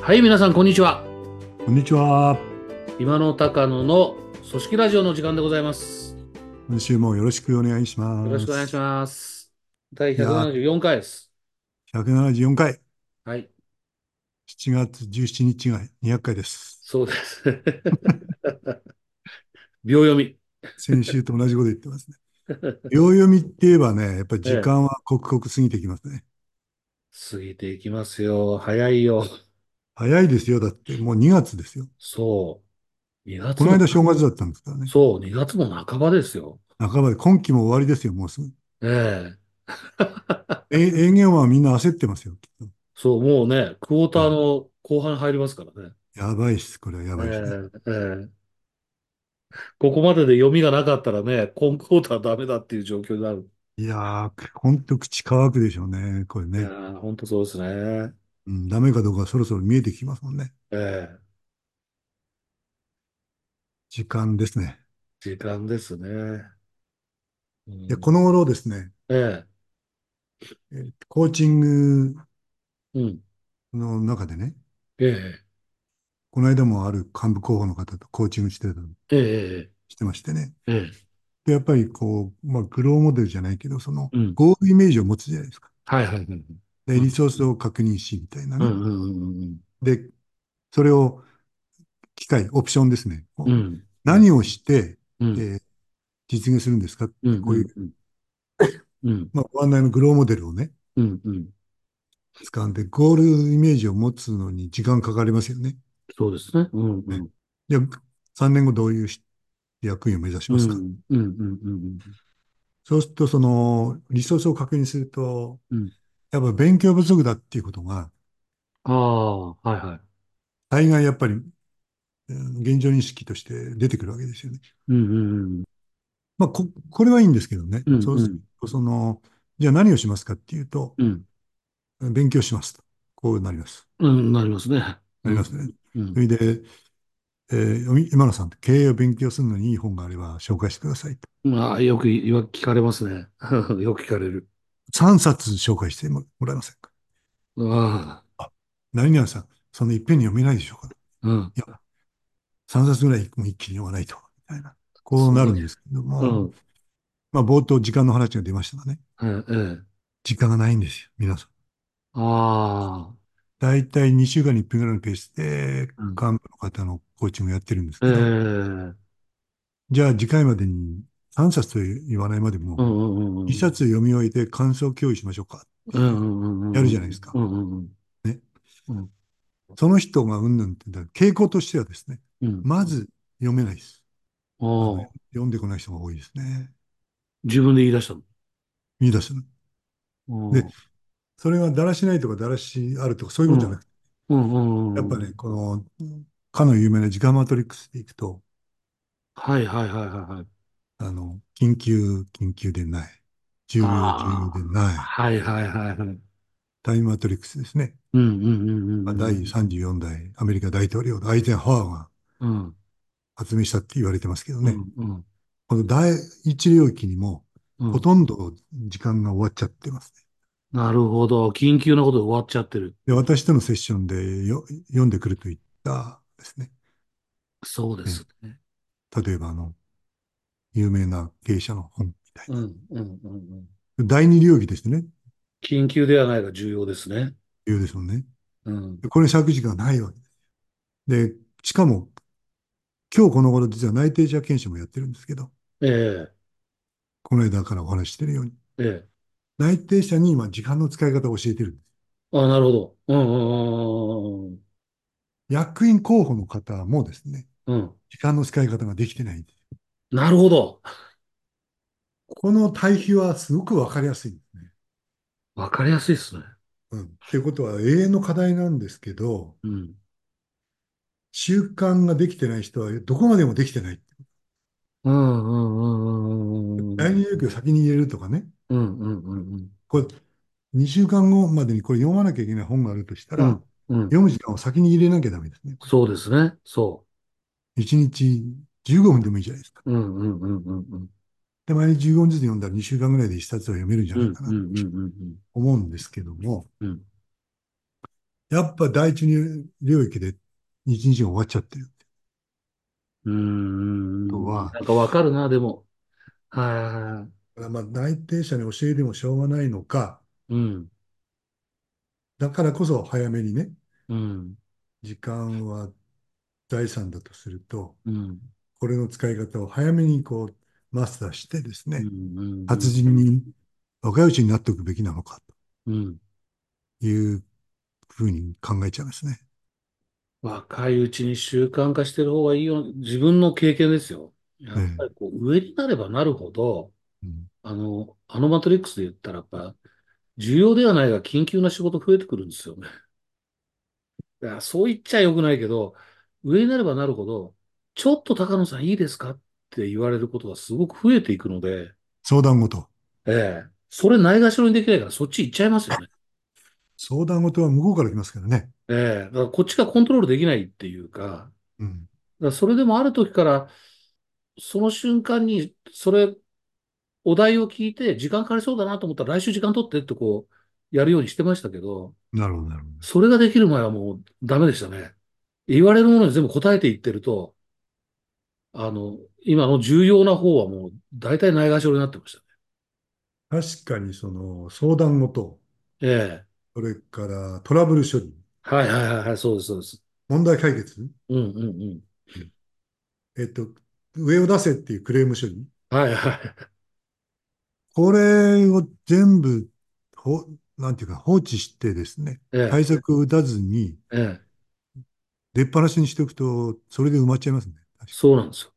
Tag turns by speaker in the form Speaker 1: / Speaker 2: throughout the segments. Speaker 1: はい、皆さん、こんにちは。
Speaker 2: こんにちは。
Speaker 1: 今の高野の組織ラジオの時間でございます。
Speaker 2: 今週もよろしくお願いします。
Speaker 1: よろしくお願いし
Speaker 2: ま
Speaker 1: ます。第
Speaker 2: いやー
Speaker 1: 174回です。
Speaker 2: す。174回、
Speaker 1: はい、
Speaker 2: 7月17日が200回です。
Speaker 1: そうです。 秒読み。
Speaker 2: 先週と同じこと言ってますね。 秒読みって言えばね、やっぱり時間は刻々過ぎてきますね。
Speaker 1: 過ぎていきますよ。早いよ。
Speaker 2: 早いですよ。だってもう2月ですよ。
Speaker 1: そう。2月
Speaker 2: こ
Speaker 1: も
Speaker 2: の間正月だったんですからね。
Speaker 1: そう、2月も半ばですよ。
Speaker 2: 半ばで、今期も終わりですよ、もうすぐ。
Speaker 1: ええ。
Speaker 2: え営業マンはみんな焦ってますよ、きっ
Speaker 1: そう、もうね、クォーターの後半入りますからね。
Speaker 2: と。やばいっす、これはやばいっすね。
Speaker 1: ええええここまでで読みがなかったらね、今クォーターダメだっていう状況になる。
Speaker 2: いやー、ほんと口乾くでしょうね、これ
Speaker 1: いや
Speaker 2: ね。
Speaker 1: ー、本当そうですね。
Speaker 2: うん、ダメかどうかそろそろ見えてきますもんね。
Speaker 1: ええ、
Speaker 2: 時間ですね。
Speaker 1: 時間ですね。うん
Speaker 2: で、この頃ですね、
Speaker 1: え
Speaker 2: えーコーチング
Speaker 1: え、うん、
Speaker 2: の中でね、
Speaker 1: ええ、
Speaker 2: この間もある幹部候補の方とコーチングしてた、
Speaker 1: ええ、
Speaker 2: してましてね。
Speaker 1: ええ、ええ
Speaker 2: で、やっぱりこう、まあ、グローモデルじゃないけど、その、
Speaker 1: うん、
Speaker 2: ゴールイメージを持つじゃないですか。
Speaker 1: はいはいはいはい。
Speaker 2: で、リソースを確認し、みたいな
Speaker 1: う
Speaker 2: ね。
Speaker 1: ん、うん、うん、
Speaker 2: で、それを、機械、オプションですね。こう
Speaker 1: うん、
Speaker 2: 何をして、
Speaker 1: うん、うん、
Speaker 2: えー実現するんですかって、
Speaker 1: うん、
Speaker 2: こういう、
Speaker 1: うん、うん、
Speaker 2: まあ、ご案内のグローモデルをね、
Speaker 1: うん、うん、
Speaker 2: 掴んで、ゴールイメージを持つのに時間かかりますよね。
Speaker 1: そうですね。うん、うん、うん、
Speaker 2: じゃあ、3年後どういうし役員を目指し
Speaker 1: う
Speaker 2: ます
Speaker 1: ん、
Speaker 2: か。
Speaker 1: うん、うん、
Speaker 2: そうすると、その、リソースを確認すると
Speaker 1: うん、
Speaker 2: やっぱ勉強不足だっていうことが、
Speaker 1: ああ、はいはい。
Speaker 2: 大概やっぱり、うん現状認識として出てくるわけですよね。
Speaker 1: うん、うん、
Speaker 2: まあ、こ、これはいいんですけどね。
Speaker 1: うん、
Speaker 2: そう
Speaker 1: う
Speaker 2: する
Speaker 1: ん、
Speaker 2: と、その、じゃあ何をしますかっていうと、
Speaker 1: うん、
Speaker 2: 勉強しますと。こうなります。
Speaker 1: うん、なりますね。
Speaker 2: なりますね。
Speaker 1: うん
Speaker 2: そ、れで、えー今野さんって経営を勉強するのにいい本があれば紹介してくださいと。
Speaker 1: うん。まあ、よく言わ、聞かれますね。 よく聞かれる。
Speaker 2: 3冊紹介してももらえませんか
Speaker 1: あ
Speaker 2: 何々さん、そのいっぺんに読めないでしょうか
Speaker 1: あ、うん。
Speaker 2: 3冊ぐらいもう一気に読まないと、みたいな。こうなるんですけども、
Speaker 1: うん。
Speaker 2: まあ冒頭時間の話が出ましたがね、
Speaker 1: ええ、ええ。
Speaker 2: 時間がないんですよ、皆さん。
Speaker 1: ああ、
Speaker 2: だいたい2週間に1分ぐらいのペースで、
Speaker 1: うん
Speaker 2: 幹部の方のコーチングやってるんです
Speaker 1: ええ、
Speaker 2: けど、
Speaker 1: うん
Speaker 2: じゃあ次回までに3冊と言わないまで
Speaker 1: う
Speaker 2: も、
Speaker 1: んうんうん。
Speaker 2: 2冊読み終えて感想を共有しましょうか。
Speaker 1: うんうんうんうん。
Speaker 2: やるじゃないですか
Speaker 1: うんうん
Speaker 2: その人がうんぬんって言ったら、傾向としてはですね、
Speaker 1: うん。うん。
Speaker 2: まず読めないです。
Speaker 1: おー
Speaker 2: 読んでこない人が多いですね。
Speaker 1: 自分で言い出したの。
Speaker 2: 見出すの。
Speaker 1: おー
Speaker 2: でそれはだらしないとかだらしあるとかそういうことじゃなくて
Speaker 1: うんうんうん。
Speaker 2: やっぱね、。この、かの有名な時間マトリックスでいくと、
Speaker 1: はいはいはいはいはい。
Speaker 2: あの、緊急、緊急でない。重要、
Speaker 1: あー
Speaker 2: 重要でない。
Speaker 1: はいはいはいはい。
Speaker 2: タイムマトリックスですね。
Speaker 1: うんうんうんうんう
Speaker 2: まあ
Speaker 1: ん。
Speaker 2: 第34代アメリカ大統領のアイゼンハワーが
Speaker 1: うん
Speaker 2: 発明したって言われてますけど
Speaker 1: うん
Speaker 2: ね。
Speaker 1: うん
Speaker 2: この第一領域にも、
Speaker 1: うん。
Speaker 2: ほとんど時間が終わっちゃってますね。
Speaker 1: なるほど。緊急なことで終わっちゃってる。
Speaker 2: で、私とのセッションでよ読んでくるといったですね。
Speaker 1: そうですね。
Speaker 2: 例えば、あの、有名な経営者の本みたいな。
Speaker 1: うんうんうんうん。
Speaker 2: 第二領域ですね。
Speaker 1: 緊急ではないが重要ですね。
Speaker 2: いうですもんね。
Speaker 1: うん。
Speaker 2: これ削除がないわけです。で、しかも、今日この頃実は内定者研修もやってるんですけど、
Speaker 1: ええ、
Speaker 2: この間からお話ししてるように、
Speaker 1: ええ。
Speaker 2: 内定者に今時間の使い方を教えてるんです。
Speaker 1: あ、なるほど。うんうんうん
Speaker 2: 役員候補の方もですね、
Speaker 1: うんうん。うん。
Speaker 2: 時間の使い方ができてないんです。
Speaker 1: なるほど。
Speaker 2: この対比はすごくわかりやすいんですね。
Speaker 1: わかりやすいですね。
Speaker 2: うん。っていうことは永遠の課題なんですけど、
Speaker 1: うん。
Speaker 2: 習慣ができてない人はどこまでもできてない。
Speaker 1: うんうんうんうんうんうん。
Speaker 2: 第二領域を先に入れるとかね、
Speaker 1: うんうんうん
Speaker 2: これ、2週間後までにこれ読まなきゃいけない本があるとした
Speaker 1: う
Speaker 2: ら、
Speaker 1: ん。うんうん。
Speaker 2: 読む時間を先に入れなきゃダメですね。
Speaker 1: そうですね。そ
Speaker 2: 1日15分でもいいじゃないですか。
Speaker 1: う。うんうんうんうんうん。
Speaker 2: で、毎日15分ずつ読んだら2週間ぐらいで1冊は読めるんじゃ
Speaker 1: う
Speaker 2: ない
Speaker 1: ん
Speaker 2: か
Speaker 1: うん
Speaker 2: なと
Speaker 1: うんうんうん。
Speaker 2: 思うんですけども、
Speaker 1: うん
Speaker 2: やっぱ第一領域で一日が終わっちゃってる。
Speaker 1: うー
Speaker 2: こと
Speaker 1: ん。
Speaker 2: は、
Speaker 1: なんかわかるな、でも。は
Speaker 2: まあ、内定者に教えてもしょうがないのか、
Speaker 1: い。うん。
Speaker 2: だからこそ早めにね、
Speaker 1: うん。
Speaker 2: 時間は財産だとすると、
Speaker 1: うん。
Speaker 2: これの使い方を早めにこうマスターしてです
Speaker 1: う
Speaker 2: ね、
Speaker 1: ん。うん。う
Speaker 2: 達
Speaker 1: ん。
Speaker 2: 人に若いうちになっておくべきなのか
Speaker 1: うん
Speaker 2: というふうに考えちゃいますね。
Speaker 1: 若いうちに習慣化してる方がいいよ。自分の経験ですよ。や
Speaker 2: え
Speaker 1: っぱりこう、上になればなるほど、
Speaker 2: えうん
Speaker 1: あの、あのマトリックスで言ったら、やっぱ、重要ではないが緊急な仕事増えてくるんですよね。いや、そう言っちゃよくないけど、上になればなるほど、ちょっと高野さんいいですかって言われることがすごく増えていくので、
Speaker 2: 相談事。
Speaker 1: ええ、それないがしろにできないから、そっち行っちゃいますよね。
Speaker 2: 相談事は向こうから来ますからね。
Speaker 1: ええ、だからこっちがコントロールできないっていうか、
Speaker 2: う
Speaker 1: だ
Speaker 2: ん。
Speaker 1: からそれでもある時から、その瞬間に、それ、お題を聞いて、時間かかりそうだなと思ったら、来週時間取ってってこう、やるようにしてましたけど、
Speaker 2: なるほど、なるほど。
Speaker 1: それができる前はもうダメでしたね。言われるものに全部答えていってると、あの、今の重要な方はもう大体ないがしろになってましたね。
Speaker 2: 確かにその相談事、
Speaker 1: ええ。
Speaker 2: それからトラブル処理、
Speaker 1: はいはいはいはい、そうです、そうです。
Speaker 2: 問題解決、
Speaker 1: うんうんうん。
Speaker 2: うんえっと、上を出せっていうクレーム処理。
Speaker 1: はいはい。
Speaker 2: これを全部、ほ、なんていうか放置してですね、
Speaker 1: ええ、
Speaker 2: 対策を打たずに
Speaker 1: ええ。
Speaker 2: 出っ放しにしておくと、それで埋まっちゃいますね。確か
Speaker 1: そうなんですよ。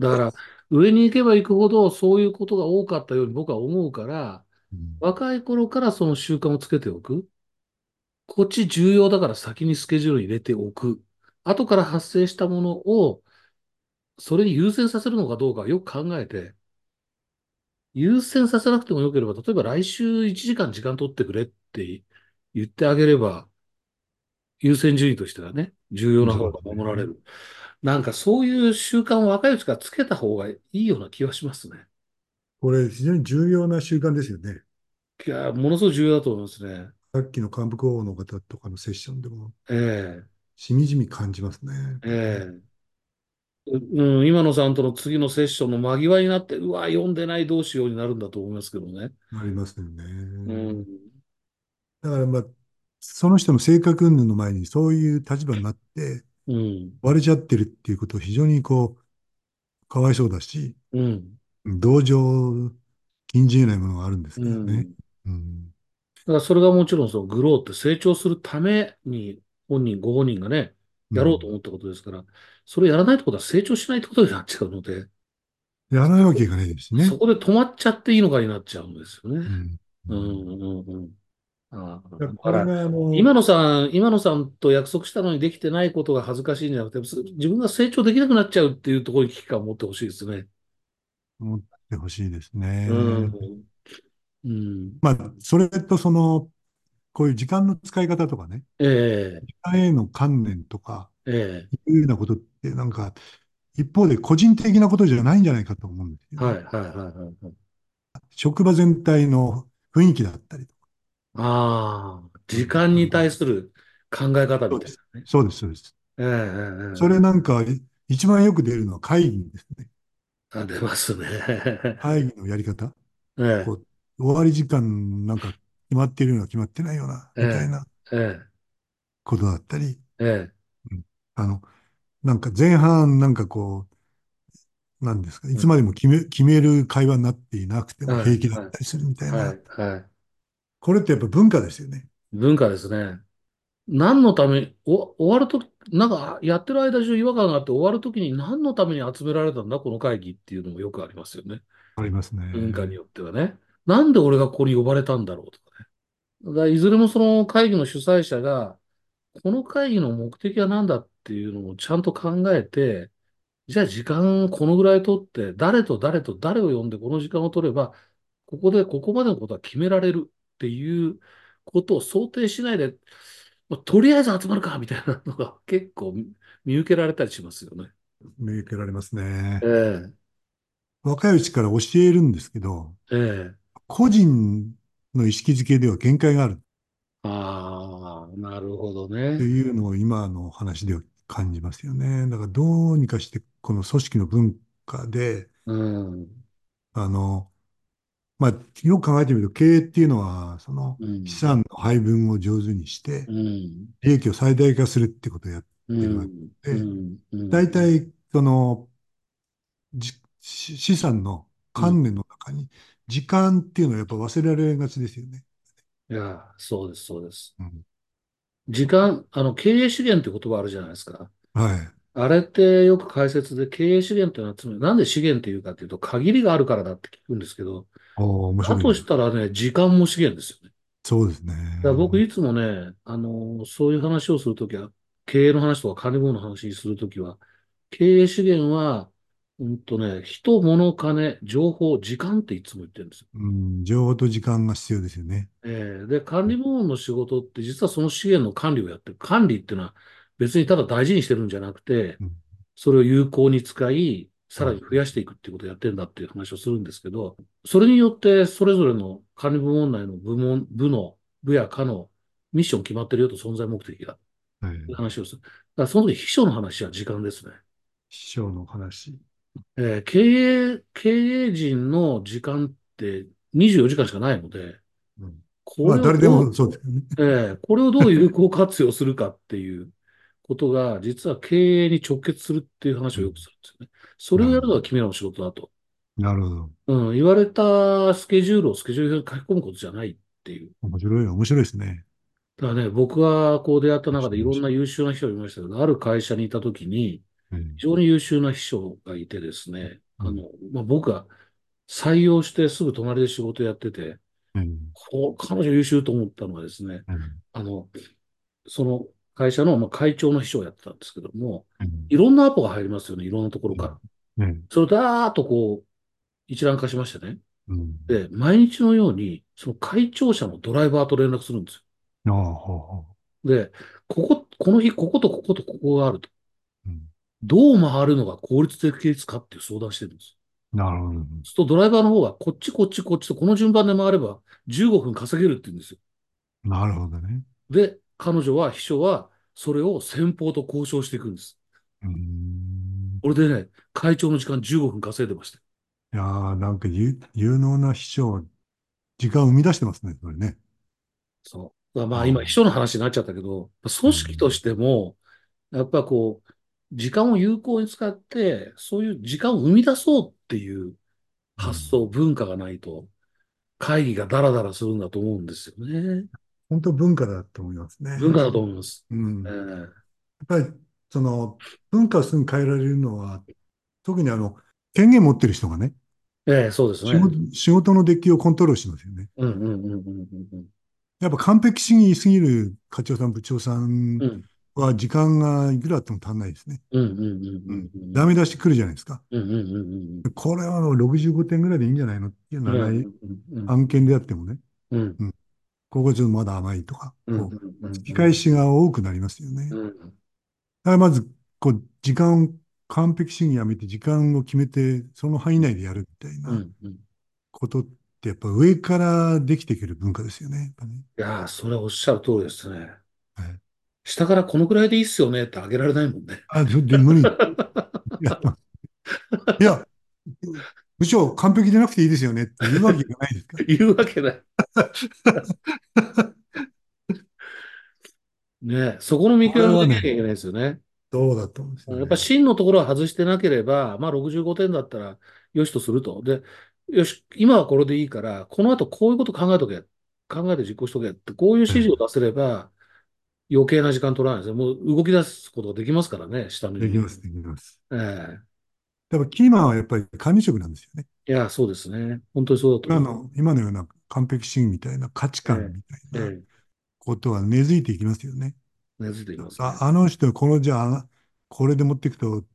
Speaker 1: だから、上に行けば行くほど、そういうことが多かったように僕は思うから、
Speaker 2: に。うん
Speaker 1: 若い頃からその習慣をつけておく。こっち重要だから先にスケジュールに入れておく。後から発生したものを、それに優先させるのかどうかよく考えて、優先させなくてもよければ、例えば来週1時間時間取ってくれって言ってあげれば、優先順位としてはね、重要な
Speaker 2: そ
Speaker 1: 方
Speaker 2: う
Speaker 1: が
Speaker 2: だ
Speaker 1: 守られ
Speaker 2: ね。
Speaker 1: る。なんかそういう習慣を若いうちからつけた方がいいような気はしますね。
Speaker 2: これ非常に重要な習慣ですよね。
Speaker 1: いやー、ものすごく重要だと思いますね。
Speaker 2: さっきの幹部候補の方とかのセッションでも
Speaker 1: え
Speaker 2: しみじみ感じますね。
Speaker 1: え、ええ。うん、今野さんとの次のセッションの間際になって、うわ、読んでないどうしようになるんだと思いますけどね。
Speaker 2: ありますよね。
Speaker 1: うん。
Speaker 2: だからまあ、その人の性格云々の前にそういう立場になって
Speaker 1: うん。
Speaker 2: 割れちゃってるっていうことを非常にこう、かわいそうだし、
Speaker 1: うん。
Speaker 2: 同情禁じ得ないものがあるんです
Speaker 1: う
Speaker 2: けどね。
Speaker 1: ん。だ
Speaker 2: うん。
Speaker 1: からそれがもちろんそのグローって成長するために本人、ご本人がね、
Speaker 2: う
Speaker 1: やろうと
Speaker 2: ん。
Speaker 1: 思ったことですから、それやらないってことは成長しないってことになっちゃうので、
Speaker 2: やらないわけいかないですし
Speaker 1: そ
Speaker 2: ね。
Speaker 1: こで止まっちゃっていいのかになっちゃうんですよ
Speaker 2: う
Speaker 1: ね。
Speaker 2: ん。う
Speaker 1: うんんうんうん。ああ、
Speaker 2: だから
Speaker 1: だ
Speaker 2: こ
Speaker 1: か
Speaker 2: れ
Speaker 1: ら、
Speaker 2: が、あの、
Speaker 1: 今野さん、今野さんと約束したのにできてないことが恥ずかしいんじゃなくて、す自分が成長できなくなっちゃうっていうところに危機感を持ってほしいですね。
Speaker 2: 思ってほしいです
Speaker 1: うん。
Speaker 2: ね。
Speaker 1: うん。
Speaker 2: まあ、それとその、こういう時間の使い方とかね、
Speaker 1: ええ、
Speaker 2: 時間への観念とか、
Speaker 1: ええ、
Speaker 2: いうようなことって、なんか、一方で個人的なことじゃないんじゃないかと思うんですよ
Speaker 1: はい、
Speaker 2: ね。
Speaker 1: はい、はい、はい。
Speaker 2: 職場全体の雰囲気だったりとか。
Speaker 1: ああ、
Speaker 2: う
Speaker 1: 時
Speaker 2: ん
Speaker 1: 間に対する考え方
Speaker 2: そ
Speaker 1: み
Speaker 2: う
Speaker 1: た
Speaker 2: で
Speaker 1: い
Speaker 2: す。
Speaker 1: なね。
Speaker 2: そうです、そうです。
Speaker 1: ええ、え
Speaker 2: そ
Speaker 1: え、え
Speaker 2: れなんか、い一番よく出るのは会議ですね。
Speaker 1: えあ、出ますね。
Speaker 2: 会議のやり方。
Speaker 1: ええ、
Speaker 2: こう、終わり時間なんか決まってるような、決まってないような、みたい
Speaker 1: え
Speaker 2: な
Speaker 1: え、え
Speaker 2: ことだったり、
Speaker 1: え、ええ、
Speaker 2: うんあの、なんか前半なんかこう、なんですか、いつまでも決め、決める会話になっていなくて
Speaker 1: うん
Speaker 2: も
Speaker 1: は
Speaker 2: 平
Speaker 1: い、
Speaker 2: 気だっ
Speaker 1: はい、
Speaker 2: たりするみたい
Speaker 1: は
Speaker 2: な。
Speaker 1: い、はい。
Speaker 2: これってやっぱ文化ですよね。
Speaker 1: 文化ですね。何のため、お、終わるとき、なんか、やってる間中違和感があって終わるときに何のために集められたんだ、この会議っていうのもよくありますよね。
Speaker 2: ありますね。
Speaker 1: 文化によってはね。なんで俺がここに呼ばれたんだろうとかね。だからいずれもその会議の主催者が、この会議の目的は何だっていうのをちゃんと考えて、じゃあ時間このぐらい取って、誰と誰と誰を呼んでこの時間を取れば、ここでここまでのことは決められるっていうことを想定しないで、まあとりあえず集まるかみたいなのが 結構見見受けられたりしますよね。
Speaker 2: 見受けられますね。
Speaker 1: え
Speaker 2: 若いうちから教えるんですけど、
Speaker 1: え、ええ。
Speaker 2: 個人の意識づけでは限界がある。
Speaker 1: ああ、なるほど
Speaker 2: と
Speaker 1: ね。
Speaker 2: いうのを今のお話で感じますよね。だからどうにかしてこの組織の文化で、
Speaker 1: うん。
Speaker 2: あの、まあ、よく考えてみると経営っていうのは、その
Speaker 1: う
Speaker 2: 資
Speaker 1: ん。
Speaker 2: 産の配分を上手にして、
Speaker 1: うん。
Speaker 2: 利益を最大化するってことをやっ
Speaker 1: う
Speaker 2: てるわ
Speaker 1: ん。
Speaker 2: け
Speaker 1: う
Speaker 2: で、
Speaker 1: ん。うん。
Speaker 2: 大体、その、じし資産の
Speaker 1: うん。
Speaker 2: 観念の中に、時間っていうのはやっぱ忘れられがちですよね。
Speaker 1: いや、そうです、そうです。
Speaker 2: うん、
Speaker 1: 時間、あの、経営資源って言葉あるじゃないですか。
Speaker 2: はい。
Speaker 1: あれってよく解説で経営資源ってのはつまり、なんで資源っていうかっていうと、限りがあるからだって聞くんですけど、
Speaker 2: おお、面
Speaker 1: だ
Speaker 2: 白い
Speaker 1: と
Speaker 2: ね。
Speaker 1: したらね、時間も資源ですよね。
Speaker 2: そうですね。
Speaker 1: だから僕いつもね、あの、そういう話をするときは、経営の話とか金儲の話するときは、経営資源は、うんとね、人、物、金、情報、時間っていつも言ってるんですよ。
Speaker 2: うん、情報と時間が必要ですよね。
Speaker 1: えーで、管理部門の仕事って実はその資源の管理をやってる。管理っていうのは別にただ大事にしてるんじゃなくて、
Speaker 2: うん、
Speaker 1: それを有効に使い、
Speaker 2: う
Speaker 1: さら
Speaker 2: ん、
Speaker 1: に増やしていくっていうことをやってるんだっていう話をするんですけど、それによってそれぞれの管理部門内の部門、部の、部や課のミッション決まってるよと存在目的が、
Speaker 2: は
Speaker 1: いう
Speaker 2: い。
Speaker 1: 話をする。だからその時秘書の話は時間ですね。
Speaker 2: 師匠の話。
Speaker 1: えー経営、経営陣の時間って24時間しかないので、
Speaker 2: うん、
Speaker 1: こ
Speaker 2: まあ、
Speaker 1: れを
Speaker 2: 誰で
Speaker 1: どう、
Speaker 2: もそうですよね。
Speaker 1: ええ、これをどう有効活用するかっていうことが、実は経営に直結するっていう話を
Speaker 2: う
Speaker 1: よく
Speaker 2: ん、
Speaker 1: するんですよね。それを
Speaker 2: な
Speaker 1: やる
Speaker 2: るほ
Speaker 1: の
Speaker 2: ど。
Speaker 1: が君らの仕事だと。
Speaker 2: なるほど。
Speaker 1: うん、言われたスケジュールをスケジュールに書き込むことじゃないっていう。
Speaker 2: 面白い、面白いですね。
Speaker 1: だからね、僕がこう出会った
Speaker 2: 面
Speaker 1: 中で
Speaker 2: 白い、
Speaker 1: いろ
Speaker 2: 面
Speaker 1: んな
Speaker 2: 白
Speaker 1: 優秀な人がいましたけど、ある会社にいたときに、
Speaker 2: い。う
Speaker 1: 非
Speaker 2: ん、
Speaker 1: 常に優秀な秘書がいてですね、
Speaker 2: う
Speaker 1: あ
Speaker 2: ん、
Speaker 1: の、まあ、僕が採用してすぐ隣で仕事やってて、
Speaker 2: うん、
Speaker 1: こう、彼女優秀と思ったのはですね、
Speaker 2: うん、
Speaker 1: あの、その会社のまあ会長の秘書をやってたんですけども、
Speaker 2: うん、
Speaker 1: いろんなアポが入りますよね、いろんなところ
Speaker 2: う
Speaker 1: か
Speaker 2: ん、
Speaker 1: ら。
Speaker 2: うん、
Speaker 1: それをだーっとこう、一覧化しましてね。
Speaker 2: うん。
Speaker 1: で、毎日のように、その会長者のドライバーと連絡するんですよ。
Speaker 2: ああ、ほうほ
Speaker 1: で、ここ、この日、こことこことここがあると。
Speaker 2: う。うん、
Speaker 1: どう回るのが効率的ですかっていう相談してるんです。
Speaker 2: なるほど。
Speaker 1: そうするとドライバーの方が、こっちこっちこっちとこの順番で回れば15分稼げるって言うんですよ。
Speaker 2: なるほどね。
Speaker 1: で、彼女は、秘書は、それを先方と交渉していくんです。
Speaker 2: うーん。
Speaker 1: これでね、会長の時間15分稼いでました。
Speaker 2: いやー、なんか有、有能な秘書、時間を生み出してますね、それね。
Speaker 1: そう。まあ
Speaker 2: あ
Speaker 1: 今、秘書の話になっちゃったけど、
Speaker 2: あ、
Speaker 1: 組
Speaker 2: う
Speaker 1: 織と
Speaker 2: ん、
Speaker 1: しても、やっぱこう、時間を有効に使って、そういう時間を生み出そうっていう
Speaker 2: う
Speaker 1: 発
Speaker 2: ん。
Speaker 1: 想、文化がないと、会議がダラダラするんだと思うんですよね。
Speaker 2: 本当文化だと思いますね。
Speaker 1: 文化だと思います。
Speaker 2: う
Speaker 1: え
Speaker 2: ん。
Speaker 1: ー
Speaker 2: やっぱり、その、文化をすぐ変えられるのは、特にあの、権限持ってる人がね、
Speaker 1: ええそうです
Speaker 2: 仕
Speaker 1: ね。
Speaker 2: 事、仕事のデッキをコントロールしますよね。
Speaker 1: うんうんうんうんうん
Speaker 2: やっぱ完璧主義すぎる課長さん、部長さん
Speaker 1: うん。うん
Speaker 2: は時間がいくらあっても足んないですね。
Speaker 1: うんうんうん
Speaker 2: う
Speaker 1: うん
Speaker 2: ん。
Speaker 1: うんう
Speaker 2: ダ
Speaker 1: ん
Speaker 2: メ出してくるじゃないですか。
Speaker 1: うんうんうんうん
Speaker 2: これはあの65点ぐらいでいいんじゃないのっていう
Speaker 1: う
Speaker 2: の
Speaker 1: んう
Speaker 2: は
Speaker 1: ん
Speaker 2: ない
Speaker 1: うん
Speaker 2: 案件であってもね。
Speaker 1: うん
Speaker 2: うん。ここちょっとまだ甘いとか、
Speaker 1: うん
Speaker 2: こう、
Speaker 1: うん
Speaker 2: 突き
Speaker 1: うん
Speaker 2: 返しが多くなりますよね。
Speaker 1: うん
Speaker 2: だからまず、こう、時間を、完璧主義やめて時間を決めて、その範囲内でやるみたいうなん
Speaker 1: うん
Speaker 2: ことって、やっぱ上からできてくる文化ですよね。やっぱね。
Speaker 1: いやー、それはおっしゃる通りですね。
Speaker 2: はい。
Speaker 1: 下からこのくらいでいいっすよねってあげられないもん ね。
Speaker 2: あ、それ で無理。いや、いや、部長、完璧でなくていいですよねって言うわけがないで すか。
Speaker 1: 言うわけない。ねえ、そこの見
Speaker 2: これ
Speaker 1: 極め
Speaker 2: は
Speaker 1: できなきゃい
Speaker 2: ね、
Speaker 1: けないですよね。
Speaker 2: どうだと思うんですよ
Speaker 1: やっぱ
Speaker 2: ね。
Speaker 1: 芯のところは外してなければ、まあ65点だったらよしとすると。で、よし、今はこれでいいから、この後こういうこと考えとけ。考えて実行しとけって、こういう指
Speaker 2: う
Speaker 1: 示
Speaker 2: ん
Speaker 1: を出せれば余計な時間取らないですね。もう動き出すことができますからね、下の
Speaker 2: で
Speaker 1: 人
Speaker 2: き
Speaker 1: 間。
Speaker 2: ます、できます。
Speaker 1: ええ。
Speaker 2: やっぱキーマンはやっぱり管理職なんですよね。
Speaker 1: いや、そうですね。本当にそうだと
Speaker 2: 今
Speaker 1: 思
Speaker 2: の、今のような完璧主義みたいな価値
Speaker 1: う。え
Speaker 2: 観みたい
Speaker 1: え、
Speaker 2: な
Speaker 1: ええ、
Speaker 2: ことは根付いていきますよね。
Speaker 1: 根付いていきます
Speaker 2: あ、
Speaker 1: ね。
Speaker 2: あの人、このじゃあ、これで持っていくと
Speaker 1: う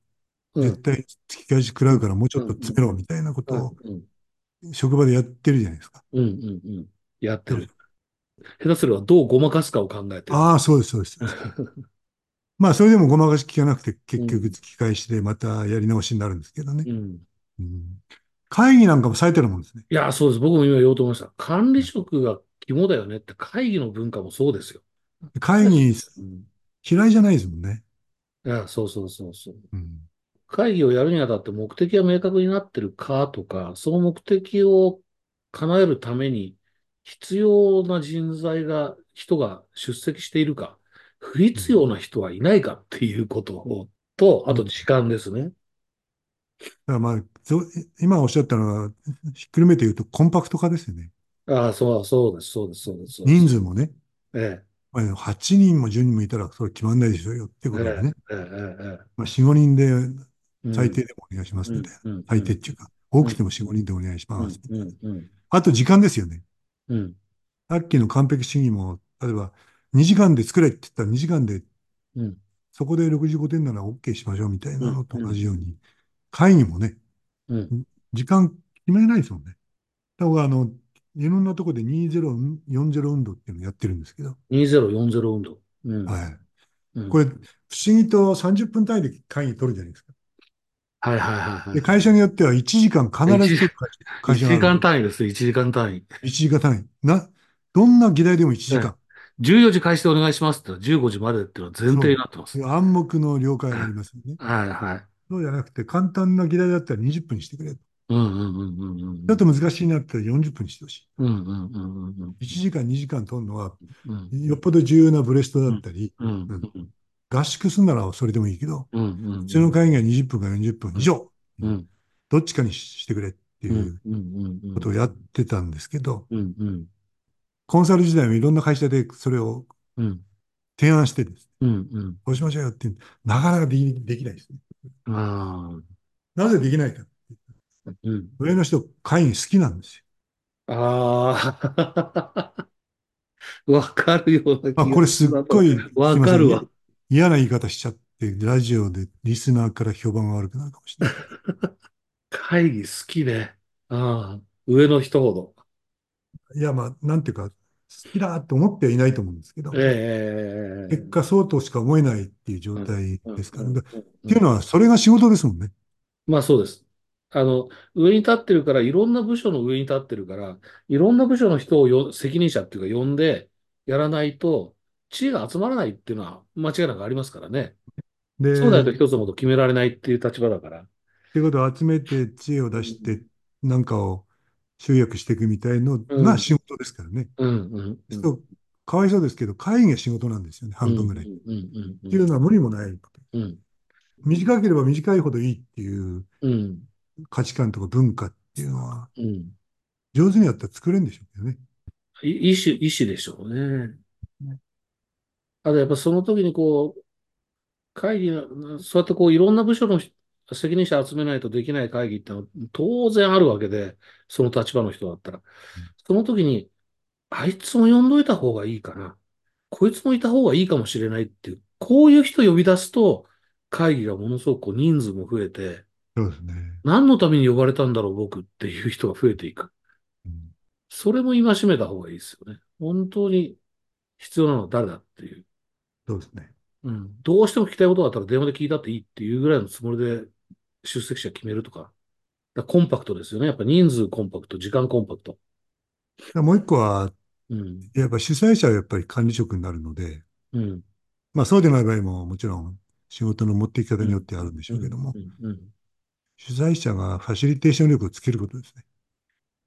Speaker 2: 絶
Speaker 1: ん、
Speaker 2: 対突き返し食らうからもうちょ
Speaker 1: う
Speaker 2: っ
Speaker 1: ん、
Speaker 2: と
Speaker 1: う
Speaker 2: 詰
Speaker 1: ん、
Speaker 2: めろみたいなこ
Speaker 1: う
Speaker 2: と
Speaker 1: ん、うん。
Speaker 2: を職場でやってるじゃないですか。
Speaker 1: うんうんうん。やって
Speaker 2: でも、
Speaker 1: る。下手すればどうごまかすかを考えてる。
Speaker 2: ああ、そうです、そうで す。そうですまあ、それでもごまかし聞かなくて、
Speaker 1: う
Speaker 2: 結局突
Speaker 1: ん、
Speaker 2: き返してまたやり直しになるんですけどね。
Speaker 1: うん。
Speaker 2: うん、会議なんかも最たるもんですね。
Speaker 1: いや、そうです。僕も今言おうと思いました。管理職が肝だよねって会議の文化もそうですよ。
Speaker 2: 会 議
Speaker 1: うん
Speaker 2: 嫌いじゃないですもんね。
Speaker 1: いや、そうそうそうそう。
Speaker 2: うん。
Speaker 1: 会議をやるにあたって目的が明確になってるかとか、その目的を叶えるために必要な人材が、人が出席しているか、不
Speaker 2: う
Speaker 1: 必
Speaker 2: ん。
Speaker 1: 要な人はいないかっていうことをと、あ
Speaker 2: う
Speaker 1: と
Speaker 2: ん
Speaker 1: 時間ですね。
Speaker 2: だからまあ、そう今おっしゃったのは、ひっくるめて言うとコンパクト化ですよね。
Speaker 1: ああ、そう、そうです、そうです、そうです、そうで
Speaker 2: 人
Speaker 1: す。
Speaker 2: 数もね、
Speaker 1: え
Speaker 2: まあ、8人も10人もいたらそれ決まんないでしょうよっていう
Speaker 1: え、
Speaker 2: こ
Speaker 1: ええ、
Speaker 2: とでね。
Speaker 1: ええ、ええ。
Speaker 2: まあ、4、5人で
Speaker 1: う
Speaker 2: 最
Speaker 1: ん、
Speaker 2: 低でもお願いしま
Speaker 1: う
Speaker 2: すみ
Speaker 1: ん、
Speaker 2: たいな。
Speaker 1: うん、う
Speaker 2: 最低っ
Speaker 1: ん、
Speaker 2: ていうか、多
Speaker 1: う
Speaker 2: く
Speaker 1: ん、
Speaker 2: ても4、5人でお願いし
Speaker 1: う
Speaker 2: ま
Speaker 1: ん、
Speaker 2: す。
Speaker 1: うん、うん、
Speaker 2: あと時間ですよね。
Speaker 1: うん、
Speaker 2: さっきの完璧主義も、例えば2時間で作れって言ったら2時間で
Speaker 1: うん、
Speaker 2: そこで65点なら OK しましょうみたいな
Speaker 1: うん、
Speaker 2: のと
Speaker 1: う
Speaker 2: 同
Speaker 1: ん、
Speaker 2: じように、会議もね、
Speaker 1: うん。
Speaker 2: 時間決めないですもんね。だからあの、いろんなとこで2040運動っていうのをやってるんですけど、
Speaker 1: 2040運動。うん、
Speaker 2: はい。
Speaker 1: う
Speaker 2: こ
Speaker 1: ん。
Speaker 2: れ、不思議と30分単位で会議取るじゃないですか。
Speaker 1: はいはいはいは
Speaker 2: で、
Speaker 1: い。
Speaker 2: 会社によっては1時間必ず
Speaker 1: 1、
Speaker 2: 取る会社会
Speaker 1: 一
Speaker 2: 社があ
Speaker 1: 時
Speaker 2: るんで
Speaker 1: 間
Speaker 2: す。
Speaker 1: 単位です。1時間単位。
Speaker 2: 1時間単位。な、どんな議題でも1
Speaker 1: え
Speaker 2: 時
Speaker 1: え。
Speaker 2: 間。
Speaker 1: 14時開始でお願いしますってのは15時までっていうのは前
Speaker 2: そ
Speaker 1: 提に
Speaker 2: う。
Speaker 1: なってます。
Speaker 2: 暗黙の了解
Speaker 1: ええ
Speaker 2: がありますよね。
Speaker 1: はいはい。
Speaker 2: そうじゃなくて、簡単な議題だったら20分にしてくれ。ち
Speaker 1: うんうんうんうんう
Speaker 2: ょっと
Speaker 1: ん
Speaker 2: 難しいなったら40分にしてほしい。
Speaker 1: うんうんうんうんうん
Speaker 2: 1時間、2時間取るのは、
Speaker 1: うんうん
Speaker 2: よっぽど重要なブレストだ
Speaker 1: う
Speaker 2: っ
Speaker 1: ん
Speaker 2: たり、
Speaker 1: うん
Speaker 2: うん
Speaker 1: うん
Speaker 2: 合宿するならそれでもいいけど、
Speaker 1: うん
Speaker 2: 普通の
Speaker 1: うん
Speaker 2: 会議は20分か40分以上、う
Speaker 1: うんん
Speaker 2: どっちかにししてくれって
Speaker 1: うんう
Speaker 2: い
Speaker 1: ん
Speaker 2: う
Speaker 1: うんう
Speaker 2: ことを
Speaker 1: ん
Speaker 2: やってたんですけど、
Speaker 1: うんうん
Speaker 2: コンサル時代はいろんな会社でそれを
Speaker 1: うん
Speaker 2: 提案してです、
Speaker 1: うんうん
Speaker 2: こうしましょうよっていう、なかなかできできないですね。
Speaker 1: あ
Speaker 2: なぜできないか。
Speaker 1: あうん
Speaker 2: 上の人、会議好きなんですよ。
Speaker 1: ああわかるような
Speaker 2: まあ、
Speaker 1: 気が
Speaker 2: これ
Speaker 1: す
Speaker 2: すっ
Speaker 1: るな
Speaker 2: ご
Speaker 1: と。
Speaker 2: い、す
Speaker 1: わ
Speaker 2: いま
Speaker 1: か
Speaker 2: せん、
Speaker 1: る
Speaker 2: いや
Speaker 1: わ。
Speaker 2: 嫌な言い方しちゃって、ラジオでリスナーから評判が悪くなるかもしれない。
Speaker 1: 会議好きね。ああ、上の人ほど。
Speaker 2: いや、まあ、なんていうか、好きだと思ってはいないと思うんですけ
Speaker 1: ええ、
Speaker 2: ど、結
Speaker 1: え
Speaker 2: 果、そうとしか思えないっていう状
Speaker 1: え、ええ
Speaker 2: 態
Speaker 1: うん、う
Speaker 2: で
Speaker 1: ん、
Speaker 2: すか
Speaker 1: う
Speaker 2: ら、
Speaker 1: ん、
Speaker 2: でっ
Speaker 1: うんう。
Speaker 2: ていうんのは、それが仕事ですもんね。
Speaker 1: まあそうです。あの、上に立ってるから、いろんな部署の上に立ってるから、いろんな部署の人をよ、責任者っていうか呼んでやらないと、知恵が集まらないっていうのは間違いなくありますからね。そうな
Speaker 2: で、
Speaker 1: る
Speaker 2: っ
Speaker 1: と一つのこと決められないっていう立場だから。
Speaker 2: ていうことを集めて、知恵を
Speaker 1: う
Speaker 2: 出して、
Speaker 1: ん、
Speaker 2: なんかを集約していくみたいの
Speaker 1: う
Speaker 2: が
Speaker 1: ん、
Speaker 2: 仕事ですからね。
Speaker 1: うん、うん、うん、うん、
Speaker 2: そう、かわいそうですけど、会議が仕事なんですよね、
Speaker 1: う
Speaker 2: 半
Speaker 1: ん、
Speaker 2: 分ぐらい。っ
Speaker 1: うん、うん、う、
Speaker 2: ていうんのは無理もない。
Speaker 1: うん、
Speaker 2: 短ければ短いほどいいっていう
Speaker 1: うん、
Speaker 2: 価値観とか文化っていうのは、
Speaker 1: うん
Speaker 2: 上手にやったら作れるんでしょうけどね。
Speaker 1: い意思、意思でしょうね。
Speaker 2: ね
Speaker 1: あとやっぱその時にこう、会議の、そうやってこういろんな部署の人責任者集めないとできない会議ってのは当然あるわけで、その立場の人だったら。その時に、あいつも呼んどいた方がいいかな。こいつもいた方がいいかもしれないっていう、こういう人呼び出すと、会議がものすごくこう人数も増えて、
Speaker 2: そうですね。
Speaker 1: 何のために呼ばれたんだろう僕っていう人が増えていく。
Speaker 2: うん
Speaker 1: それも戒めた方がいいですよね。本当に必要なのは誰だっていう。
Speaker 2: そうですね。
Speaker 1: うん、どうしても聞きたいことがあったら電話で聞いたっていいっていうぐらいのつもりで出席者決めるとか。だからコンパクトですよね。やっぱ人数コンパクト、時間コンパクト。
Speaker 2: だからもう一個は、
Speaker 1: うん、
Speaker 2: やっぱ主催者はやっぱり管理職になるので、
Speaker 1: うん、
Speaker 2: まあそうでない場合ももちろん仕事の持っていき方
Speaker 1: う
Speaker 2: によっ
Speaker 1: ん、
Speaker 2: てあるんでし
Speaker 1: う
Speaker 2: ょう
Speaker 1: ん、
Speaker 2: けども、
Speaker 1: うん、うん。
Speaker 2: 主催者がファシリテーション力をつけることですね。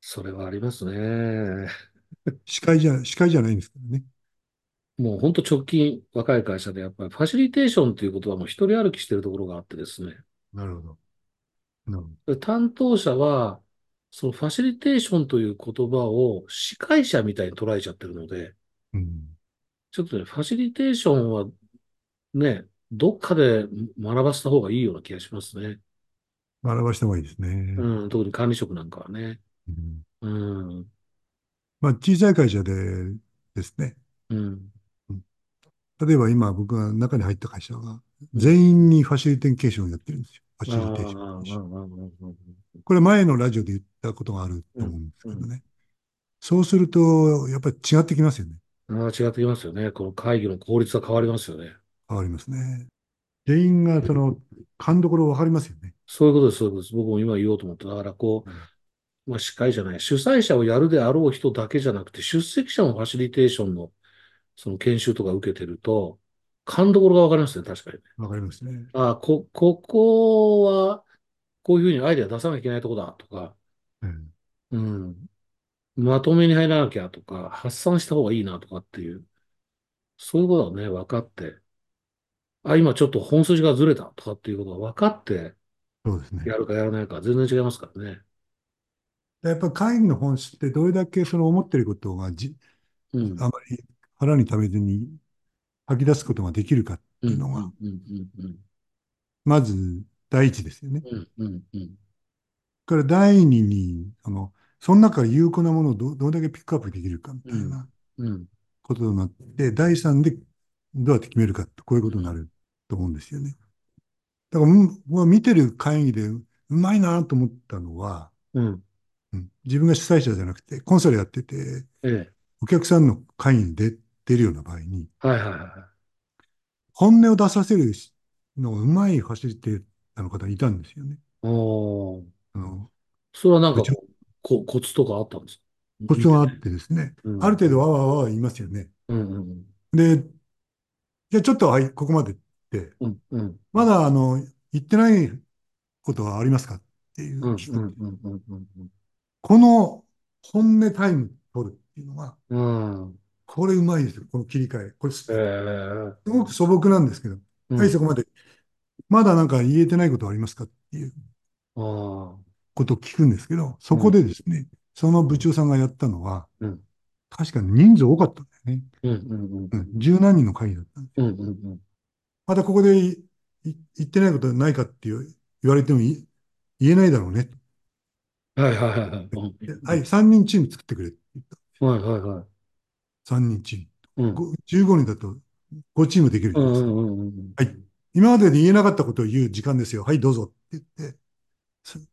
Speaker 1: それはありますね。
Speaker 2: 司会じゃ、司会じゃないんですけどね。
Speaker 1: もうほんと直近、若い会社でやっぱりファシリテーションということはもう一人歩きしてるところがあってですね。
Speaker 2: なるほど。なるほど。
Speaker 1: 担当者は、そのファシリテーションという言葉を司会者みたいに捉えちゃってるので、
Speaker 2: うん。
Speaker 1: ちょっとね、ファシリテーションはね、どっかで学ばせた方がいいような気がしますね。
Speaker 2: 学ばした方がいいですね。
Speaker 1: うん、特に管理職なんかはね。
Speaker 2: うん。
Speaker 1: うん、
Speaker 2: まあ小さい会社でですね。
Speaker 1: うん、
Speaker 2: うん例えば今僕が中に入った会社が
Speaker 1: うん。
Speaker 2: 全員にファシリテーションをやってるんですよ。ファ
Speaker 1: あ
Speaker 2: シ
Speaker 1: あ、
Speaker 2: リテーション。
Speaker 1: うんうんうん
Speaker 2: これ前のラジオで言ったことがある
Speaker 1: う
Speaker 2: と
Speaker 1: ん
Speaker 2: 思うんです
Speaker 1: う
Speaker 2: けど
Speaker 1: ん。
Speaker 2: ね。そうするとやっぱり違ってきますよね。
Speaker 1: うんああ、違ってきますよね。この会議の効率が変わりますよね。
Speaker 2: 変わりますね。原因がその勘どころ分かりますよね。
Speaker 1: そういうことです、そういうことです。僕も今言おうと思った。だからこ
Speaker 2: うん
Speaker 1: う、まあ、司会じゃない、主催者をやるであろう人だけじゃなくて、出席者もファシリテーションのその研修とか受けてると、勘どころがわかりますね、確かにね。
Speaker 2: わかりますね。
Speaker 1: ああ、こ、ここは、こういうふうにアイデア出さなきゃいけないとこだとか、
Speaker 2: ええ
Speaker 1: うん、まとめに入らなきゃとか、発散した方がいいなとかっていう、そういうことをね、分かって、あ、今ちょっと本筋がずれたとかっていうことが分かって
Speaker 2: そうですね。
Speaker 1: やるかやらないか全然違いますからね。
Speaker 2: やっぱ会議の本質ってどれだけその思ってることがじ、
Speaker 1: うん、
Speaker 2: あまり腹に溜めずに吐き出すことができるかっ
Speaker 1: う、
Speaker 2: ていうんの
Speaker 1: う
Speaker 2: が、
Speaker 1: ん、うん、うん、
Speaker 2: まず第一ですよね。
Speaker 1: うん、うん、うん。
Speaker 2: から第二に、あの、その中から有効なものをど、どれだけピックアップできるかみ
Speaker 1: う
Speaker 2: たい
Speaker 1: ん、
Speaker 2: な
Speaker 1: うん、
Speaker 2: ことになって、第三でどうやって決めるかってこういうことになると思うんですよね。だから、うん僕は見てる会議でうまいなと思ったのは、
Speaker 1: うん、
Speaker 2: うん自分が主催者じゃなくて、コンサルやってて、
Speaker 1: ええ、
Speaker 2: お客さんの会議に出出るような場合に、
Speaker 1: はいはいは
Speaker 2: 本音を出させるのがうまいファシリテーターの方がいたんですよね。
Speaker 1: い。おー、
Speaker 2: あの、
Speaker 1: それはなん
Speaker 2: 部
Speaker 1: か
Speaker 2: 長、
Speaker 1: こう、こ、コツとかあったんですか
Speaker 2: コツ
Speaker 1: 見て
Speaker 2: があ
Speaker 1: な
Speaker 2: っ
Speaker 1: い。
Speaker 2: てですね、
Speaker 1: う
Speaker 2: ある
Speaker 1: ん、
Speaker 2: 程度わわわわ言いますよね。
Speaker 1: うん、うん、
Speaker 2: で、じゃあちょっとはい、ここまでって、
Speaker 1: うん、うん、う
Speaker 2: ま
Speaker 1: ん、、
Speaker 2: だあの、言ってないことはありますかっていううん聞
Speaker 1: う
Speaker 2: くっ
Speaker 1: ん、
Speaker 2: ていう
Speaker 1: うん、うん、うん、
Speaker 2: この本音タイム取るっていうのが、
Speaker 1: うん。うん
Speaker 2: これうまいですよ、この切り替え。これす
Speaker 1: ええ、
Speaker 2: すごく素朴なんですけど、
Speaker 1: う
Speaker 2: はい、そ
Speaker 1: ん、
Speaker 2: こまで、まだなんか言えてないことはありますかっていう
Speaker 1: ああ、
Speaker 2: ことを聞くんですけど、
Speaker 1: う
Speaker 2: そこ
Speaker 1: ん、
Speaker 2: でですね、その
Speaker 1: う
Speaker 2: 部
Speaker 1: ん、
Speaker 2: 長さんがやったのは、
Speaker 1: うん、
Speaker 2: 確かに人数多かったんだよね。
Speaker 1: うん、うん、
Speaker 2: うん、十何人の会議だったんで。
Speaker 1: うん、うん、うん、うん、
Speaker 2: またここでいい言ってないことないかっていう言われてもい言えないだろうね。
Speaker 1: はいはいはいはい、うん、
Speaker 2: で
Speaker 1: う
Speaker 2: は
Speaker 1: ん、
Speaker 2: い、3人チーム作ってくれって言った。
Speaker 1: はいはいはい、
Speaker 2: 3人チーム。
Speaker 1: うん、
Speaker 2: ご15人だと5チームできる
Speaker 1: う
Speaker 2: じゃない
Speaker 1: ん、う
Speaker 2: ですか。
Speaker 1: ん、うん、うん、
Speaker 2: はい。今までで言えなかったことを言う時間ですよ。はい、どうぞって言って、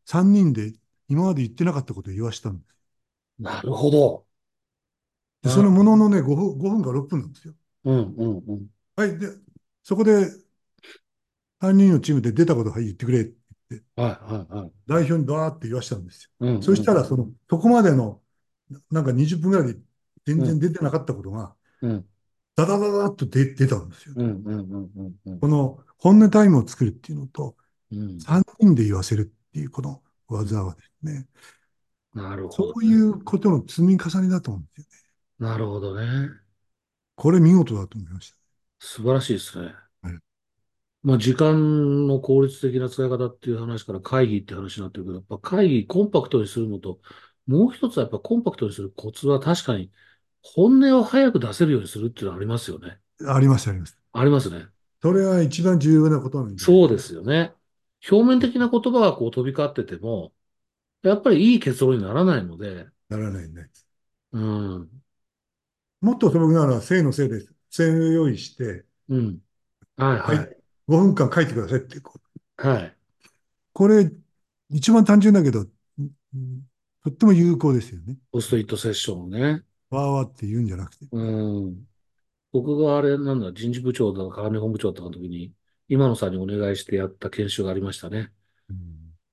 Speaker 2: 3人で今まで言ってなかったことを言わしたんです。
Speaker 1: なるほど。
Speaker 2: で、
Speaker 1: な
Speaker 2: そ
Speaker 1: る
Speaker 2: のも
Speaker 1: ほど。
Speaker 2: ののね、5分、5分か6分なんですよ。
Speaker 1: うん、うん、うん。
Speaker 2: はい、で、そこで3人のチームで出たことを、はい、言ってくれって言って、
Speaker 1: はい、はい、はい。
Speaker 2: 代表にバーって言わしたんですよ。
Speaker 1: うん、
Speaker 2: そうし
Speaker 1: ん、
Speaker 2: たら、その、そこまでの、ななんか20分ぐらいで全
Speaker 1: う
Speaker 2: 然
Speaker 1: ん、
Speaker 2: 出てなかったことが、
Speaker 1: うん、
Speaker 2: ダダダダッと出、出たんですよ
Speaker 1: うん、
Speaker 2: ね。
Speaker 1: うん、うん、うん、うん。
Speaker 2: この本音タイムを作るっていうのと、
Speaker 1: うん
Speaker 2: 3人で言わせるっていうこの技はですね、
Speaker 1: なるほ
Speaker 2: そ
Speaker 1: ど
Speaker 2: うい
Speaker 1: ね。
Speaker 2: うことの積み重ねだと思うんですよね。
Speaker 1: なるほどね。
Speaker 2: これ見事だと思いまし
Speaker 1: 素晴らしいですね。
Speaker 2: た。はい
Speaker 1: まあ、時間の効率的な使い方っていう話から会議って話になってるけど、やっぱ会議コンパクトにするのと、もう一つはやっぱコンパクトにするコツは確かに本音を早く出せるようにするっていうのはありますよね。
Speaker 2: あります、あります。
Speaker 1: ありますね。
Speaker 2: それは一番重要なことなんじゃない
Speaker 1: そ
Speaker 2: で
Speaker 1: う
Speaker 2: す
Speaker 1: で
Speaker 2: か。
Speaker 1: すよね。表面的な言葉がこう飛び交ってても、やっぱりいい結論にならないので、
Speaker 2: ならないね。
Speaker 1: うん、
Speaker 2: もっと素朴なのは、正の正です。正を用意して、
Speaker 1: うん。はい
Speaker 2: は、
Speaker 1: はいい。
Speaker 2: 5分間書いてくださいってこう。
Speaker 1: はい。
Speaker 2: これ、一番単純だけど、うんうんとっても有効ですよね。
Speaker 1: ポストイットセッションをね。
Speaker 2: わーわーって言うんじゃなくて。
Speaker 1: うん。僕があれ、なんだ、人事部長だか、管理本部長だかの時に、今野さんにお願いしてやった研修がありましたね。
Speaker 2: うん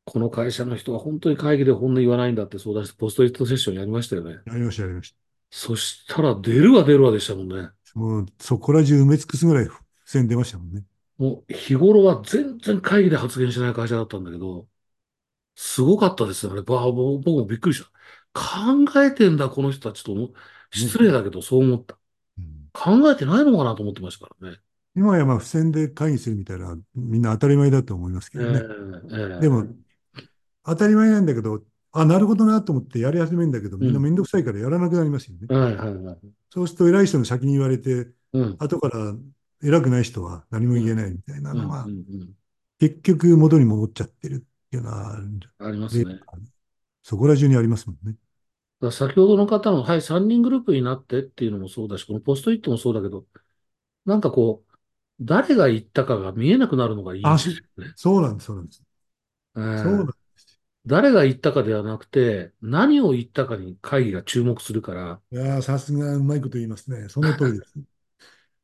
Speaker 1: この会社の人は本当に会議で本音言わないんだって相談して、ポストイットセッションやりましたよね。
Speaker 2: やりました、やりました。
Speaker 1: そしたら、出るわ出るわでしたもんね。
Speaker 2: もう、そこら中埋め尽くすぐらい付箋出ましたもんね。
Speaker 1: もう、日頃は全然会議で発言しない会社だったんだけど、すごかったですよね。ばぼ僕もびっくりした。考えてんだ、この人たちと思う。
Speaker 2: ね。
Speaker 1: 失礼だけど、そう思った。
Speaker 2: うん
Speaker 1: 考えてないのかなと思ってましたからね。
Speaker 2: 今やまあ、付箋で会議するみたいな、みんな当たり前だと思いますけ
Speaker 1: え
Speaker 2: どね。で
Speaker 1: ええ
Speaker 2: も、当たり前なんだけど、あ、なるほどなと思ってやり始めるんだけど、
Speaker 1: えう。
Speaker 2: みんなんめんどくさいからやらなくなりますよね。
Speaker 1: はいはいはい。
Speaker 2: そうすると偉い人の先に言われて、
Speaker 1: うん。
Speaker 2: 後から偉くない人は何
Speaker 1: う
Speaker 2: も言え
Speaker 1: ん。
Speaker 2: ないみたいな
Speaker 1: う
Speaker 2: の
Speaker 1: ん、う
Speaker 2: が、
Speaker 1: ん、うん。
Speaker 2: 結局元に戻っちゃってるっていうのはあるんで、
Speaker 1: あります
Speaker 2: で
Speaker 1: ね。だか
Speaker 2: そこら中にありますもんね。
Speaker 1: ら先ほどの方の、はい、3人グループになってっていうのもそうだし、このポストイットもそうだけど、なんかこう、誰が言ったかが見えなくなるのがいい
Speaker 2: あ、
Speaker 1: です
Speaker 2: そ
Speaker 1: よね。
Speaker 2: そうなんです、そうなんです。
Speaker 1: え
Speaker 2: そうなん
Speaker 1: ー
Speaker 2: です。
Speaker 1: 誰が言ったかではなくて、何を言ったかに会議が注目するから、
Speaker 2: いやーさすがうまいこと言いますね。その通りです。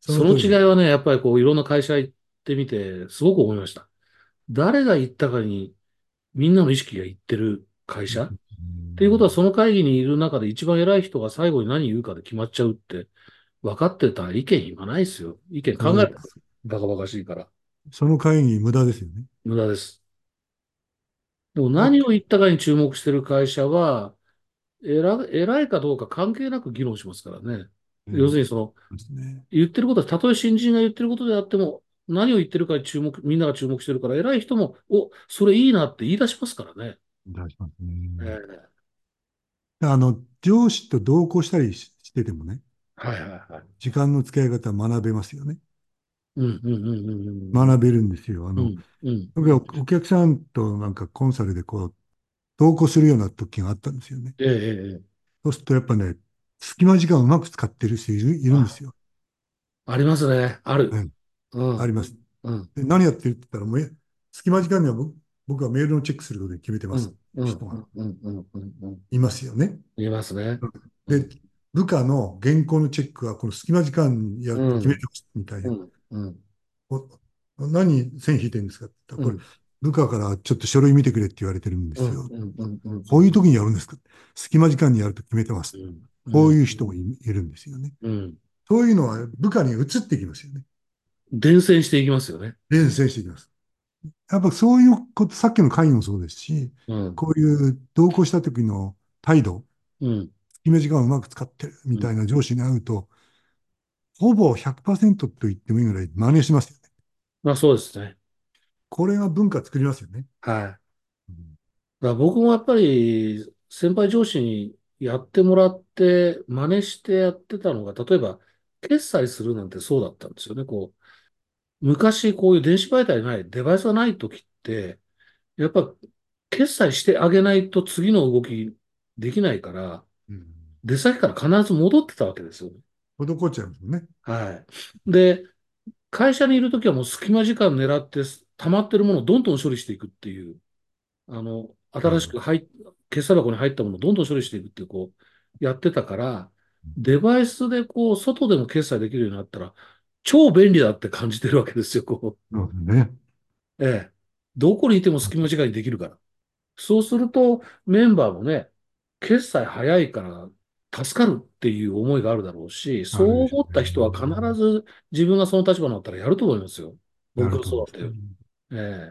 Speaker 2: そ
Speaker 1: そ
Speaker 2: の
Speaker 1: の違
Speaker 2: 通り
Speaker 1: い
Speaker 2: です。
Speaker 1: はね、やっぱりこう、いろんな会社行ってみて、すごく思いました。誰が言ったかに、みんなの意識がいってる会社っていうことは、その会議にいる中で一番偉い人が最後に何言うかで決まっちゃうって、分かってたら意見言わないですよ。意見
Speaker 2: 言
Speaker 1: 考
Speaker 2: わ
Speaker 1: え
Speaker 2: な
Speaker 1: た
Speaker 2: い
Speaker 1: らバカバカしいから。
Speaker 2: その会議無駄ですよね。
Speaker 1: 無駄です。でも
Speaker 2: あ
Speaker 1: 何を言ったかに注目してる会社は、偉偉いかどうか関係なく議論しますからね。
Speaker 2: う
Speaker 1: 要す
Speaker 2: ん。
Speaker 1: るにその、
Speaker 2: ですね。
Speaker 1: 言ってることは、たとえ新人が言ってることであっても、何を言ってるかに注目、みんなが注目してるから、偉い人も、お、それいいなって言い出しますからね。
Speaker 2: 出します
Speaker 1: え
Speaker 2: ね。
Speaker 1: え
Speaker 2: あの、上司と同行したりししててもね、
Speaker 1: はいはいはい。
Speaker 2: 時間の使い方学べますよね。
Speaker 1: うんうんうんうん
Speaker 2: 学べるんですよ。あ
Speaker 1: う
Speaker 2: の、
Speaker 1: ん。うんうん
Speaker 2: 僕はお客さんとなんかコンサルでこう、同行するような時があったんですよね。
Speaker 1: ええええ。
Speaker 2: そうするとやっぱね、隙間時間をうまく使ってる人いる、いるんで
Speaker 1: あ、
Speaker 2: すよ。
Speaker 1: ありますね。ある。
Speaker 2: はい。
Speaker 1: う
Speaker 2: あり
Speaker 1: ん。
Speaker 2: ます。
Speaker 1: うん。
Speaker 2: で、何やってるって言ったら、もうえ、隙間時間には僕、僕はメールのチェックすることで決めてま
Speaker 1: う
Speaker 2: す。
Speaker 1: ん。うん。
Speaker 2: 人
Speaker 1: う
Speaker 2: が
Speaker 1: ん。うん。うん。うんうん
Speaker 2: いますよね。
Speaker 1: 言いますね。う
Speaker 2: で、
Speaker 1: ん。
Speaker 2: 部下の原稿のチェックは、この隙間時間やって
Speaker 1: う
Speaker 2: 決め
Speaker 1: ん。
Speaker 2: てますみたいうな。
Speaker 1: ん。うん。
Speaker 2: お何線引いてるんですかって言っ
Speaker 1: う
Speaker 2: たら、これ、
Speaker 1: ん。
Speaker 2: 部下からちょっと書類見てくれって言われてるんで
Speaker 1: う
Speaker 2: す
Speaker 1: ん。
Speaker 2: よ。
Speaker 1: うん。うん。うん。
Speaker 2: こういう時にやるんですか隙間時間にやると決めてます。
Speaker 1: う。
Speaker 2: こうんいう人もいいるんですよね。
Speaker 1: うん
Speaker 2: そういうのは部下に移っていきますよね。
Speaker 1: 伝染していきますよね。
Speaker 2: 伝染していきます。やっぱそういうこと、さっきの会議もそうですし、
Speaker 1: うん。
Speaker 2: こういう同行した時の態度、
Speaker 1: うん。
Speaker 2: 隙間時間をうまく使ってるみ
Speaker 1: う
Speaker 2: た
Speaker 1: ん。
Speaker 2: いな上司に会うと、ほぼ100%と言ってもいいぐらい真似しますよね。
Speaker 1: まあそうですね。
Speaker 2: これが文化作りますよね。
Speaker 1: はい。
Speaker 2: うん
Speaker 1: だから僕もやっぱり先輩上司にやってもらって真似してやってたのが、例えば決済するなんてそうだったんですよね。こう、昔こういう電子媒体ない、デバイスがない時って、やっぱ決済してあげないと次の動きできないから、
Speaker 2: うん
Speaker 1: 出先から必ず戻ってたわけですよね。
Speaker 2: 滞っちゃいますもんね。
Speaker 1: はい。で、会社にいる時はもう隙間時間狙って溜まってるものをどんどん処理していくっていう。あの、
Speaker 2: なる
Speaker 1: 新し
Speaker 2: ほど。
Speaker 1: く入っ、決済箱に入ったものをどんどん処理していくってこう、やってたから、
Speaker 2: うん
Speaker 1: デバイスでこう、外でも決済できるようになったら、超便利だって感じてるわけですよ、こ
Speaker 2: そうですね。
Speaker 1: う。ええ。どこにいても隙間時間にできるから。そうすると、メンバーもね、決済早いから助かるっていう思いがあるだろうし、
Speaker 2: ある
Speaker 1: そう
Speaker 2: でしょ
Speaker 1: 思っ
Speaker 2: う
Speaker 1: た人は必
Speaker 2: ね。
Speaker 1: ず自分がその立場になったらやると思いますよ。
Speaker 2: や
Speaker 1: 僕
Speaker 2: る
Speaker 1: は
Speaker 2: と思
Speaker 1: そ
Speaker 2: いう
Speaker 1: だ
Speaker 2: ま
Speaker 1: っ
Speaker 2: す
Speaker 1: た
Speaker 2: ね。
Speaker 1: よ。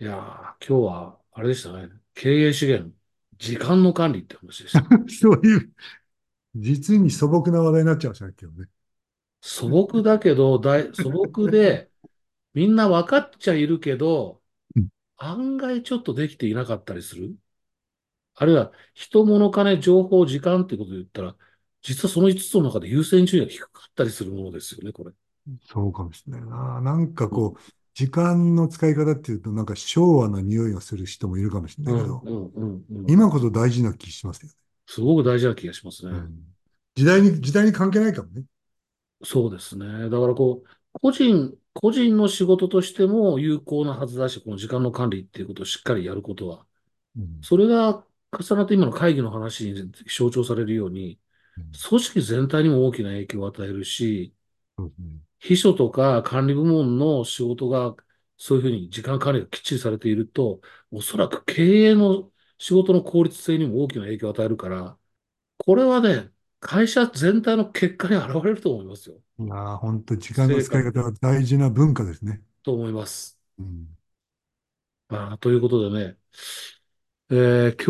Speaker 1: ええ。いやー、今日は、あれでしたね。経営資源、時間の管理って話でした。
Speaker 2: そういう、実に素朴な話題になっちゃいましたね、今日ね。
Speaker 1: 素朴だけど、 大、素朴で、みんな分かっちゃいるけど、
Speaker 2: うん
Speaker 1: 案外ちょっとできていなかったりする。あるいは、人物金、情報、時間っていうことで言ったら、実はその5つの中で優先順位が低かったりするものですよね、これ。
Speaker 2: そうかもしれないな。なんか
Speaker 1: う
Speaker 2: こ
Speaker 1: ん、
Speaker 2: う、時間の使い方っていうと、なんか昭和な匂いがする人もいるかもしれな
Speaker 1: う
Speaker 2: いけ
Speaker 1: ん、
Speaker 2: ど、
Speaker 1: うん、うん、うん。
Speaker 2: 今こそ大事な気しますよね。
Speaker 1: すごく大事な気がします
Speaker 2: う
Speaker 1: ね。
Speaker 2: ん時代に、時代に関係ないかもね。
Speaker 1: そうですね。だからこう、個人、個人の仕事としても有効なはずだし、この時間の管理っていうことをしっかりやることは、
Speaker 2: うん
Speaker 1: それが重なって今の会議の話に象徴されるように、
Speaker 2: うん
Speaker 1: 組織全体にも大きな影響を与えるし、
Speaker 2: そうですね。
Speaker 1: 秘書とか管理部門の仕事が、そういうふうに時間管理がきっちりされていると、おそらく経営の仕事の効率性にも大きな影響を与えるから、これはね、会社全体の結果に現れると思いますよ。
Speaker 2: いやー、本当時間の
Speaker 1: 成
Speaker 2: 使
Speaker 1: 果
Speaker 2: い方は大事な文化ですね。
Speaker 1: と思います。
Speaker 2: うん
Speaker 1: まあ、ということでね、えー今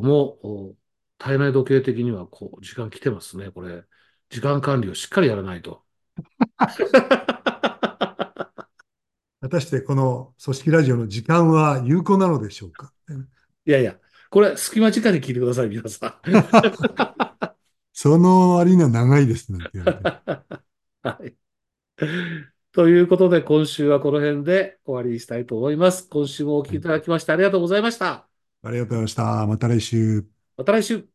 Speaker 1: 日もお体内時計的にはこう時間来てますね、これ。時間管理をしっかりやらないと。
Speaker 2: 果たしてこの組織ラジオの時間は有効なのでしょうか。
Speaker 1: いやいや、これ、隙間時間に聞いてください、皆さん。
Speaker 2: その割には長いですなんて言われて。
Speaker 1: はい。ということで、今週はこの辺で終わりにしたいと思います。今週もお聞き
Speaker 2: は
Speaker 1: い
Speaker 2: い
Speaker 1: ただきましてありがとうございました。
Speaker 2: ありがとうございました。また来週。
Speaker 1: また来週。